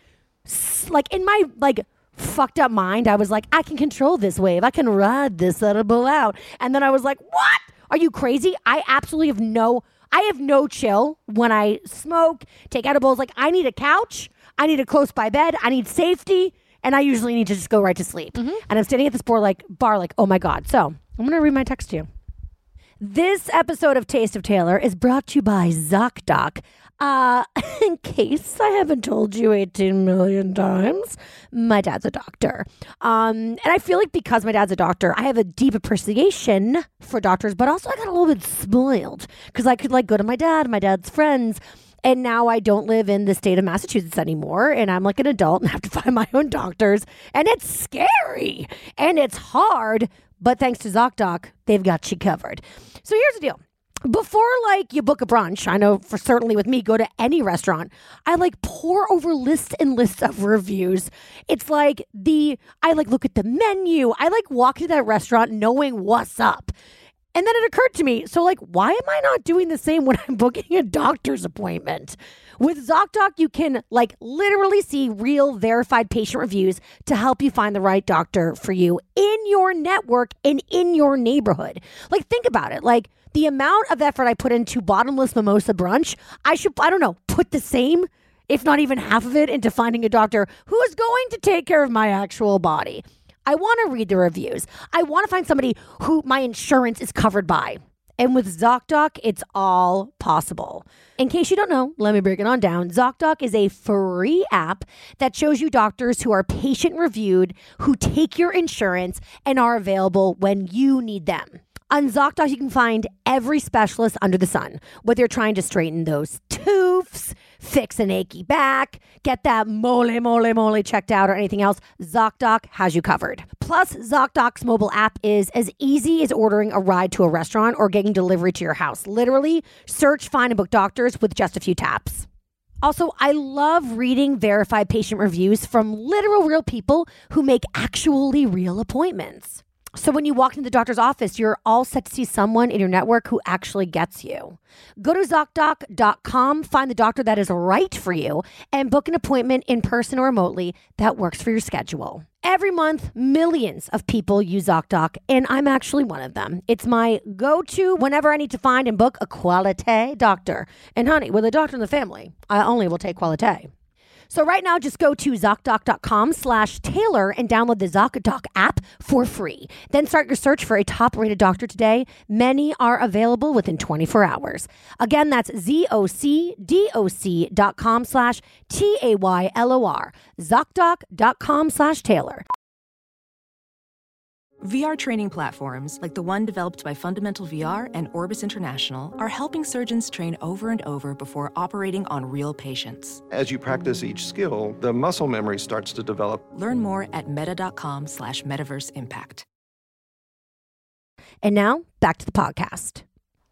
A: s- like in my like fucked up mind, I was like, I can control this wave. I can ride this edible out. And then I was like, what? Are you crazy? I absolutely have no I have no chill when I smoke, take edibles. Like I need a couch, I need a close by bed, I need safety, and I usually need to just go right to sleep. And I'm standing at this bar like bar like, oh my God. So I'm gonna read my text to you. This episode of Taste of Taylor is brought to you by ZocDoc. Uh, in case I haven't told you 18 million times, my dad's a doctor. Um, and I feel like because my dad's a doctor, I have a deep appreciation for doctors, but also I got a little bit spoiled because I could like go to my dad, my dad's friends, and now I don't live in the state of Massachusetts anymore. And I'm like an adult and have to find my own doctors. And it's scary and it's hard. But thanks to ZocDoc, they've got you covered. So here's the deal. Before like you book a brunch, I know for certainly with me, go to any restaurant, I like pour over lists and lists of reviews. It's like the I like look at the menu. I like walk into that restaurant knowing what's up. And then it occurred to me, so like, why am I not doing the same when I'm booking a doctor's appointment? With ZocDoc, you can like literally see real verified patient reviews to help you find the right doctor for you in your network and in your neighborhood. Like, think about it. Like the amount of effort I put into bottomless mimosa brunch, I should, I don't know, put the same if not even half of it, into finding a doctor who is going to take care of my actual body. I want to read the reviews. I want to find somebody who my insurance is covered by. And with ZocDoc, it's all possible. In case you don't know, let me break it on down. ZocDoc is a free app that shows you doctors who are patient reviewed, who take your insurance, and are available when you need them. On ZocDoc, you can find every specialist under the sun, whether you're trying to straighten those toofs, fix an achy back, get that mole, mole, mole checked out, or anything else, ZocDoc has you covered. Plus, ZocDoc's mobile app is as easy as ordering a ride to a restaurant or getting delivery to your house. Literally, search, find, and book doctors with just a few taps. Also, I love reading verified patient reviews from literal real people who make actually real appointments. So when you walk into the doctor's office, you're all set to see someone in your network who actually gets you. Go to ZocDoc.com, find the doctor that is right for you, and book an appointment in person or remotely that works for your schedule. Every month, millions of people use ZocDoc, and I'm actually one of them. It's my go to whenever I need to find and book a quality doctor. And honey, with a doctor in the family, I only will take quality. So right now, just go to ZocDoc.com slash Taylor and download the ZocDoc app for free. Then start your search for a top-rated doctor today. Many are available within 24 hours. Again, that's ZocDoc.com slash T-A-Y-L-O-R. ZocDoc.com slash Taylor.
C: VR training platforms, like the one developed by Fundamental VR and Orbis International, are helping surgeons train over and over before operating on real patients.
D: As you practice each skill, the muscle memory starts to develop.
C: Learn more at meta.com slash metaverse impact.
A: And now back to the podcast.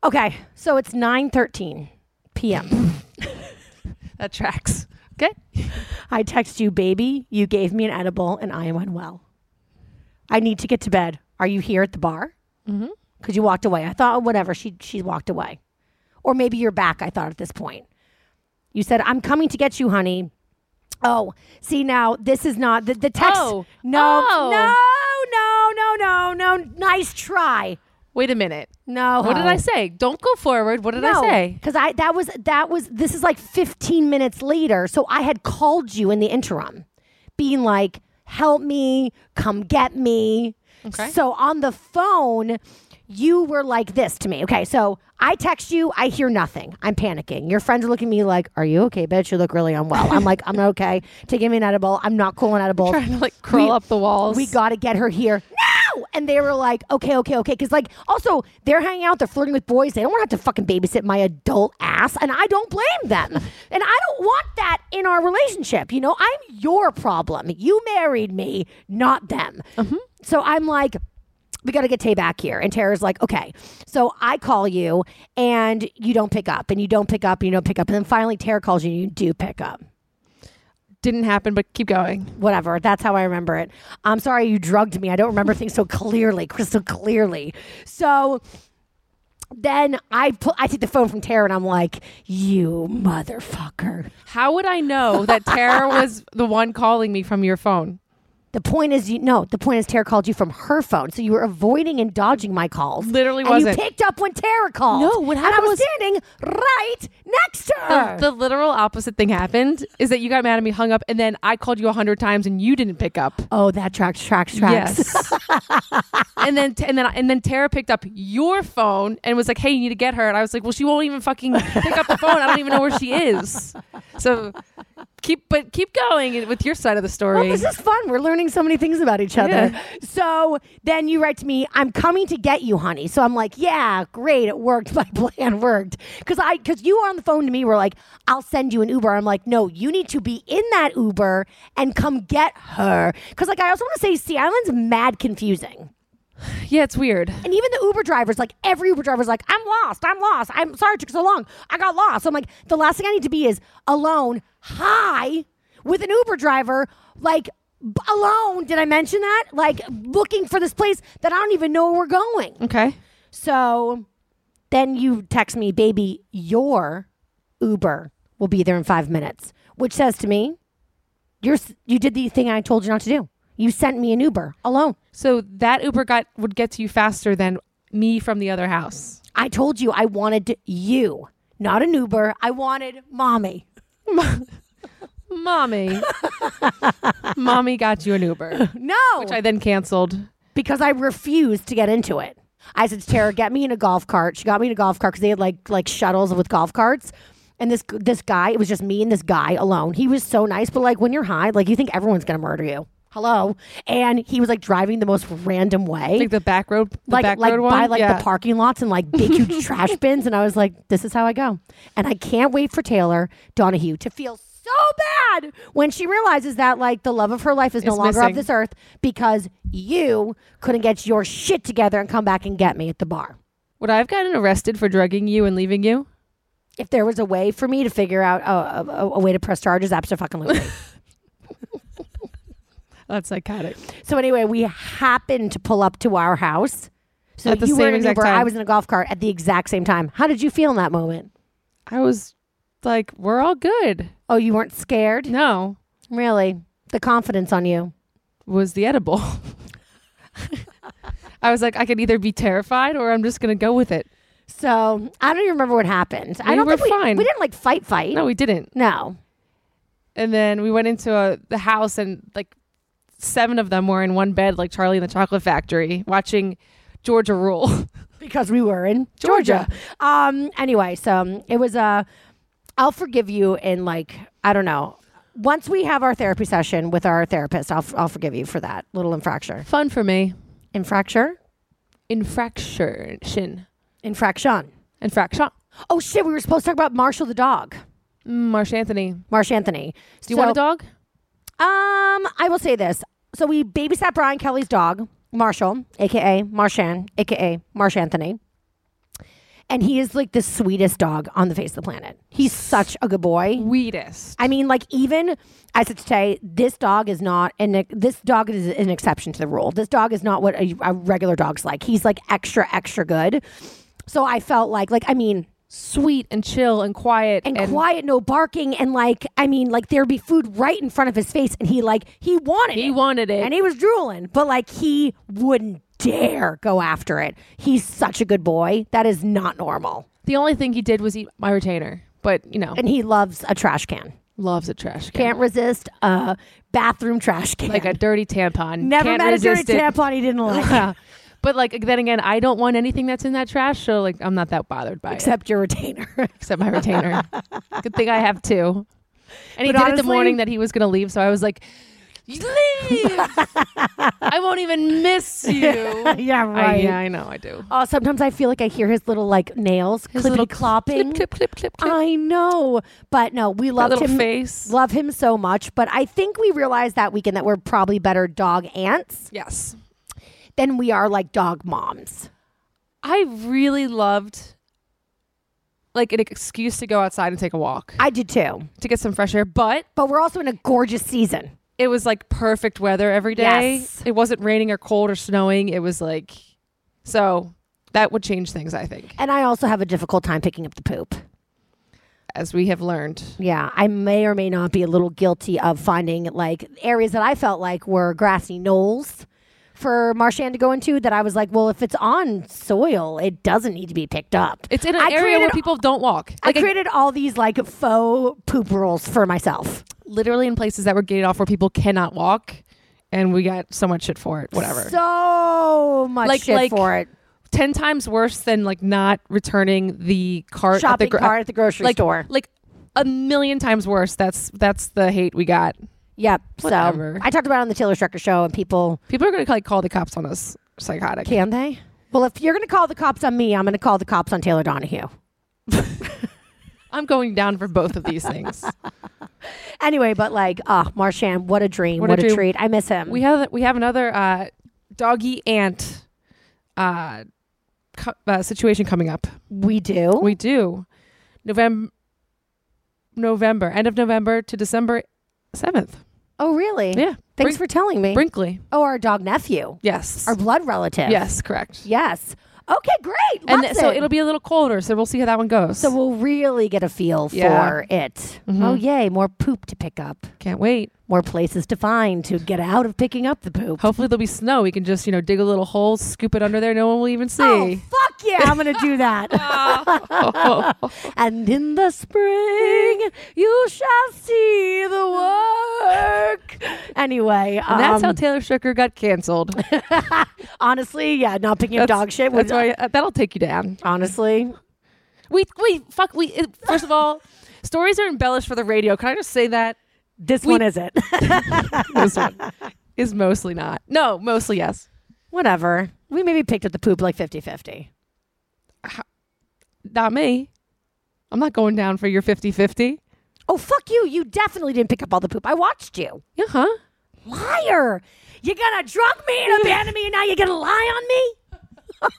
A: Okay, so it's 9:13 p.m.
B: That tracks. Okay.
A: I text you, baby, you gave me an edible and I am unwell. I need to get to bed. Are you here at the bar?
B: Mhm.
A: Because you walked away. I thought, oh, whatever, she, she walked away. Or maybe you're back, I thought at this point. You said, I'm coming to get you, honey. Oh, see now, this is not the, the text.
B: Oh.
A: No,
B: Oh.
A: no, no, no, no. Nice try.
B: Wait a minute.
A: No.
B: What did I say? Don't go forward. What did I say?
A: Because I that was that was this is like 15 minutes later. So I had called you in the interim, being like, "Help me, come get me."
B: Okay.
A: So on the phone, you were like this to me. Okay, so I text you, I hear nothing. I'm panicking. Your friends are looking at me like, "Are you okay, bitch? You look really unwell." I'm like, "I'm not okay. Taking me an edible. I'm not cool on edibles."
B: Trying to like crawl
A: We-
B: up the walls.
A: We got to get her here. No! And they were like, okay, okay, okay. Because, like, also, they're hanging out, they're flirting with boys. They don't want to have to fucking babysit my adult ass. And I don't blame them. and I don't want that in our relationship. You know, I'm your problem. You married me, not them.
B: Mm-hmm.
A: So I'm like, we got to get Tay back here. And Tara's like, okay. So I call you and you don't pick up and you don't pick up and you don't pick up. And then finally, Tara calls you and you do pick up
B: Didn't happen, but keep going.
A: whatever. That's how I remember it. I'm sorry you drugged me. I don't remember things so clearly, crystal clearly. So then I pu- I take the phone from Tara and I'm like, you motherfucker.
B: How would I know that Tara was the one calling me from your phone?
A: The point is, you no. The point is, Tara called you from her phone, so you were avoiding and dodging my calls.
B: Literally
A: and
B: wasn't.
A: you picked up when Tara called.
B: No, what
A: And I
B: happened
A: was,
B: was-
A: standing right next to
B: The,
A: her.
B: the literal opposite thing happened is that you got mad at me, hung up, and then I called you a hundred times and you didn't pick up.
A: oh, that tracks, tracks, tracks.
B: Yes. and then and then and then Tara picked up your phone and was like, "Hey, you need to get her." And I was like, "Well, she won't even fucking pick up the phone. I don't even know where she is." So keep but keep going with your side of the story.
A: Well, this is fun. We're learning so many things about each other.
B: Yeah.
A: So then you write to me, I'm coming to get you, honey. So I'm like, yeah, great. It worked. My plan worked. Because I because you were on the phone to me, were like, I'll send you an Uber. I'm like, no, you need to be in that Uber and come get her. Because like I also want to say Sea Island's mad confusing.
B: yeah, it's weird.
A: And even the Uber drivers, like every Uber driver's like, I'm lost, I'm lost, I'm sorry it took so long, I got lost. I'm like, the last thing I need to be is alone, high, with an Uber driver, like b- alone. Did I mention that? Like looking for this place that I don't even know where we're going.
B: Okay.
A: So then you text me, baby, your Uber will be there in five minutes, which says to me, you're, s- you did the thing I told you not to do. You sent me an Uber alone.
B: So that Uber got would get to you faster than me from the other house.
A: I told you I wanted you, not an Uber. I wanted mommy.
B: Mommy. Mommy got you an Uber,
A: No,
B: which I then canceled.
A: because I refused to get into it. I said to Tara, "Get me in a golf cart." She got me in a golf cart because they had like like shuttles with golf carts. And this this guy, it was just me and this guy alone. He was so nice, but like when you're high, like you think everyone's gonna murder you. Hello, and he was like driving the most random way.
B: Like the back road, the
A: like
B: back
A: like
B: road one.
A: by like
B: Yeah.
A: the parking lots and like big huge trash bins and I was like this is how I go and I can't wait for Taylor Donahue to feel so bad when she realizes that like the love of her life is no
B: Is
A: longer of
B: missing.
A: this earth because you couldn't get your shit together and come back and get me at the bar
B: Would I have gotten arrested for drugging you and leaving you?
A: if there was a way for me to figure out a, a, a- a way to press charges absolutely
B: That's psychotic.
A: so anyway we happened to pull up to our house so
B: At the
A: you
B: same
A: were in an
B: exact
A: Uber, I
B: time.
A: was in a golf cart at the exact same time how did you feel in that moment
B: I was like, we're all good.
A: oh you weren't scared
B: No,
A: Really? The confidence on you.
B: was the edible. I was like, I could either be terrified or I'm just going to go with it.
A: So I don't even remember what happened. I
B: We
A: don't
B: were
A: think we,
B: fine.
A: we didn't like fight fight.
B: No, we didn't.
A: No.
B: And then we went into a, the house and like seven of them were in one bed, like Charlie in the Chocolate Factory, watching Georgia Rule.
A: Because we were in Georgia.
B: Georgia.
A: Um anyway, so um, it was uh I'll forgive you in like I don't know. Once we have our therapy session with our therapist, I'll, I'll forgive you for that little infraction.
B: Fun for me.
A: Infracture?
B: Infraction.
A: Infraction.
B: Infraction.
A: Oh shit, we were supposed to talk about Marshall the dog.
B: Marsh Anthony.
A: Marsh Anthony.
B: Do you want a dog?
A: Um, I will say this. So we babysat Brian Kelly's dog, Marshall, aka Marshan, aka Marsh Anthony. And he is like the sweetest dog on the face of the planet. He's such a good boy.
B: Sweetest.
A: I mean, like even I said today, this dog is not an this dog is an exception to the rule. This dog is not what a, a regular dog's like. He's like extra, extra good. So I felt like, like I mean,
B: Sweet and chill and quiet.
A: and, quiet, no barking, and like I mean, like there'd be food right in front of his face, and he like he wanted
B: He
A: it.
B: wanted it.
A: and he was drooling, but like he wouldn't dare go after it. He's such a good boy. That is not normal,
B: the only thing he did was eat my retainer. But, you know,
A: and he loves a trash can.
B: loves a trash can.
A: Can't resist a bathroom trash can.
B: like a dirty tampon.
A: never
B: Can't
A: met a dirty
B: resist it.
A: tampon he didn't like.
B: But like then again, I don't want anything that's in that trash, so like I'm not that bothered by
A: Except your retainer.
B: it, except my retainer. Good thing I have two.
A: But
B: And he did it the
A: honestly-
B: morning that he was gonna leave, so I was like, "You "Leave! I won't even miss you."
A: yeah,
B: I,
A: right.
B: yeah, I know, I do.
A: Oh, sometimes I feel like I hear his little like nails
B: His
A: clippity
B: little
A: clopping.
B: clip, clip, clip, clip, clip.
A: I know, but no, we
B: That
A: loved
B: little
A: him.
B: face.
A: Love him so much, but I think we realized that weekend that we're probably better dog aunts
B: yes,
A: than we are like dog moms.
B: I really loved like an excuse to go outside and take a walk
A: I did too,
B: to get some fresh air, but
A: but we're also in a gorgeous season.
B: it was like perfect weather every day.
A: Yes.
B: It wasn't raining or cold or snowing. It was like so that would change things, I think,
A: And I also have a difficult time picking up the poop.
B: as we have learned.
A: Yeah, I may or may not be a little guilty of finding like areas that I felt like were grassy knolls for Marshan to go into that I was like, well, if it's on soil, it doesn't need to be picked up.
B: It's in an
A: I
B: area where
A: created-
B: people don't walk.
A: I created all these like faux poop rules for myself.
B: literally in places that were gated off where people cannot walk, and we got so much shit for it. Whatever.
A: So much
B: Like-
A: shit
B: like
A: for it.
B: Ten times worse than like not returning the cart. at the
A: Shopping
B: gro-
A: cart at the grocery
B: like,
A: store.
B: Like a million times worse. That's that's the hate we got.
A: Yep.
B: Whatever.
A: So I talked about it on the Taylor Strecker show, and people
B: People are gonna like call the cops on us. Psychotic.
A: can they? Well, if you're going to call the cops on me, I'm going to call the cops on Taylor Donahue.
B: I'm going down for both of these things.
A: Anyway, but like, ah, Marshan, what a dream, what,
B: What a
A: a,
B: dream.
A: treat. I miss him.
B: We have we have another uh, doggy ant uh, co- uh, situation coming up.
A: we do.
B: We do November, November, end of November to December seventh.
A: oh, really?
B: Yeah,
A: Thanks for telling me.
B: Brinkley.
A: oh, our dog nephew,
B: Yes,
A: our blood relative.
B: yes, correct.
A: Yes. Okay, great.
B: and
A: Loves
B: th- so
A: it.
B: it'll be a little colder. So we'll see how that one goes.
A: So we'll really get a feel
B: Yeah. Mm-hmm.
A: for it. Oh, yay. More poop to pick up,
B: can't wait.
A: more places to find to get out of picking up the poop.
B: Hopefully there'll be snow. We can just you know dig a little hole, scoop it under there. No one will even see.
A: Oh, fuck yeah, I'm going to do that. and in the spring, you shall see the work. Anyway,
B: and that's how
A: um,
B: Taylor Stricker got canceled.
A: honestly, yeah, not picking up
B: That's-
A: dog shit. Was,
B: That's why, uh, that'll take you down.
A: honestly,
B: We we fuck we. It, first of all, stories are embellished for the radio. Can I just say that
A: this
B: We-
A: one isn't.
B: this one is mostly not? No, mostly yes.
A: Whatever. We maybe picked up the poop like 50 50.
B: Not me. I'm not going down for your 50-50.
A: Oh, fuck you. You definitely didn't pick up all the poop. I watched you.
B: Uh huh.
A: Liar. You're going to drunk me and abandon me, and now you're going to lie on me?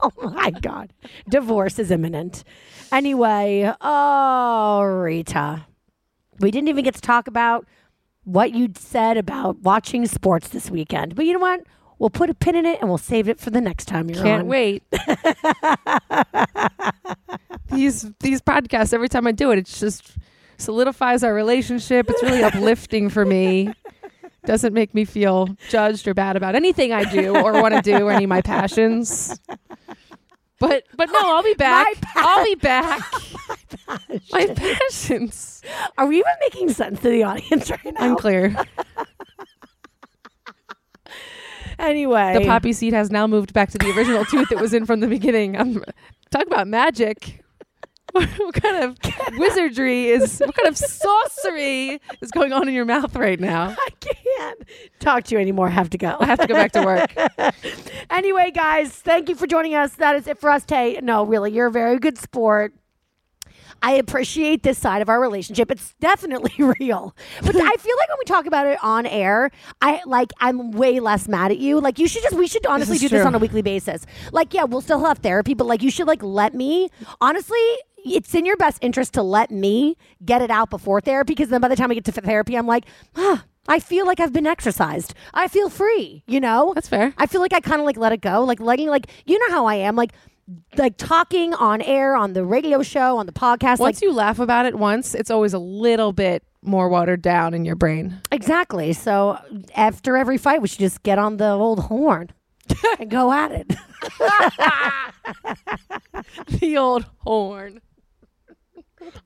A: Oh, my God. Divorce is imminent. Anyway, oh, Rita. We didn't even get to talk about what you said about watching sports this weekend. But you know what? We'll put a pin in it and we'll save it for the next time you're
B: Can't
A: on.
B: wait. these these podcasts. Every time I do it, it just solidifies our relationship. It's really uplifting for me. Doesn't make me feel judged or bad about anything I do or want to do or any of my passions. But but no, I'll be back. I'll be back. my passions.
A: Are we even making sense to the audience right now?
B: Unclear.
A: Anyway,
B: The poppy seed has now moved back to the original tooth it was in from the beginning. I'm talk about magic. what kind of wizardry is what kind of sorcery is going on in your mouth right now?
A: I can't. can't talk to you anymore. Have to go.
B: I have to go back to work.
A: anyway, guys, thank you for joining us. That is it for us today. No, really, you're a very good sport. I appreciate this side of our relationship. It's definitely real. But I feel like when we talk about it on air, I like I'm way less mad at you. Like you should just we should honestly
B: is
A: do this
B: true.
A: on a weekly basis. Like yeah, we'll still have therapy, but like you should like let me honestly it's in your best interest to let me get it out before therapy because then by the time I get to therapy, I'm like, ah, I feel like I've been exercised. I feel free, you know?
B: That's fair.
A: I feel like I kind of like let it go, like letting like you know how I am, like like talking on air, on the radio show, on the podcast, like
B: Once you laugh about it once, it's always a little bit more watered down in your brain.
A: exactly. So after every fight, we should just get on the old horn and go at it.
B: the old horn.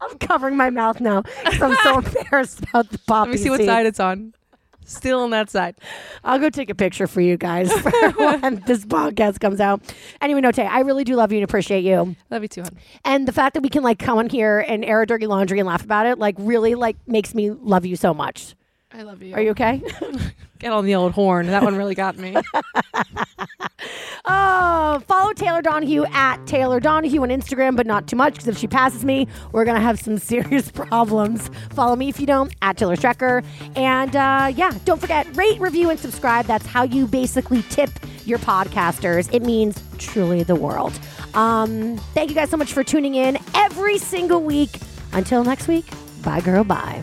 A: I'm covering my mouth now because I'm so embarrassed about the poppy
B: Let me see what
A: seed.
B: side it's on. Still on that side.
A: I'll go take a picture for you guys for when this podcast comes out. Anyway, no, Tay, I really do love you and appreciate you.
B: Love you too, hon.
A: And the fact that we can like come on here and air our dirty laundry and laugh about it, like really like makes me love you so much.
B: I love
A: Are you okay?
B: Get on the old horn. That one really got me.
A: Oh, follow Taylor Donahue at Taylor Donahue on Instagram, but not too much because if she passes me, we're going to have some serious problems. Follow me if you don't at Taylor Strecker. And uh, yeah, don't forget, rate, review, and subscribe. That's how you basically tip your podcasters. It means truly the world. Um, thank you guys so much for tuning in every single week. Until next week, bye, girl, bye.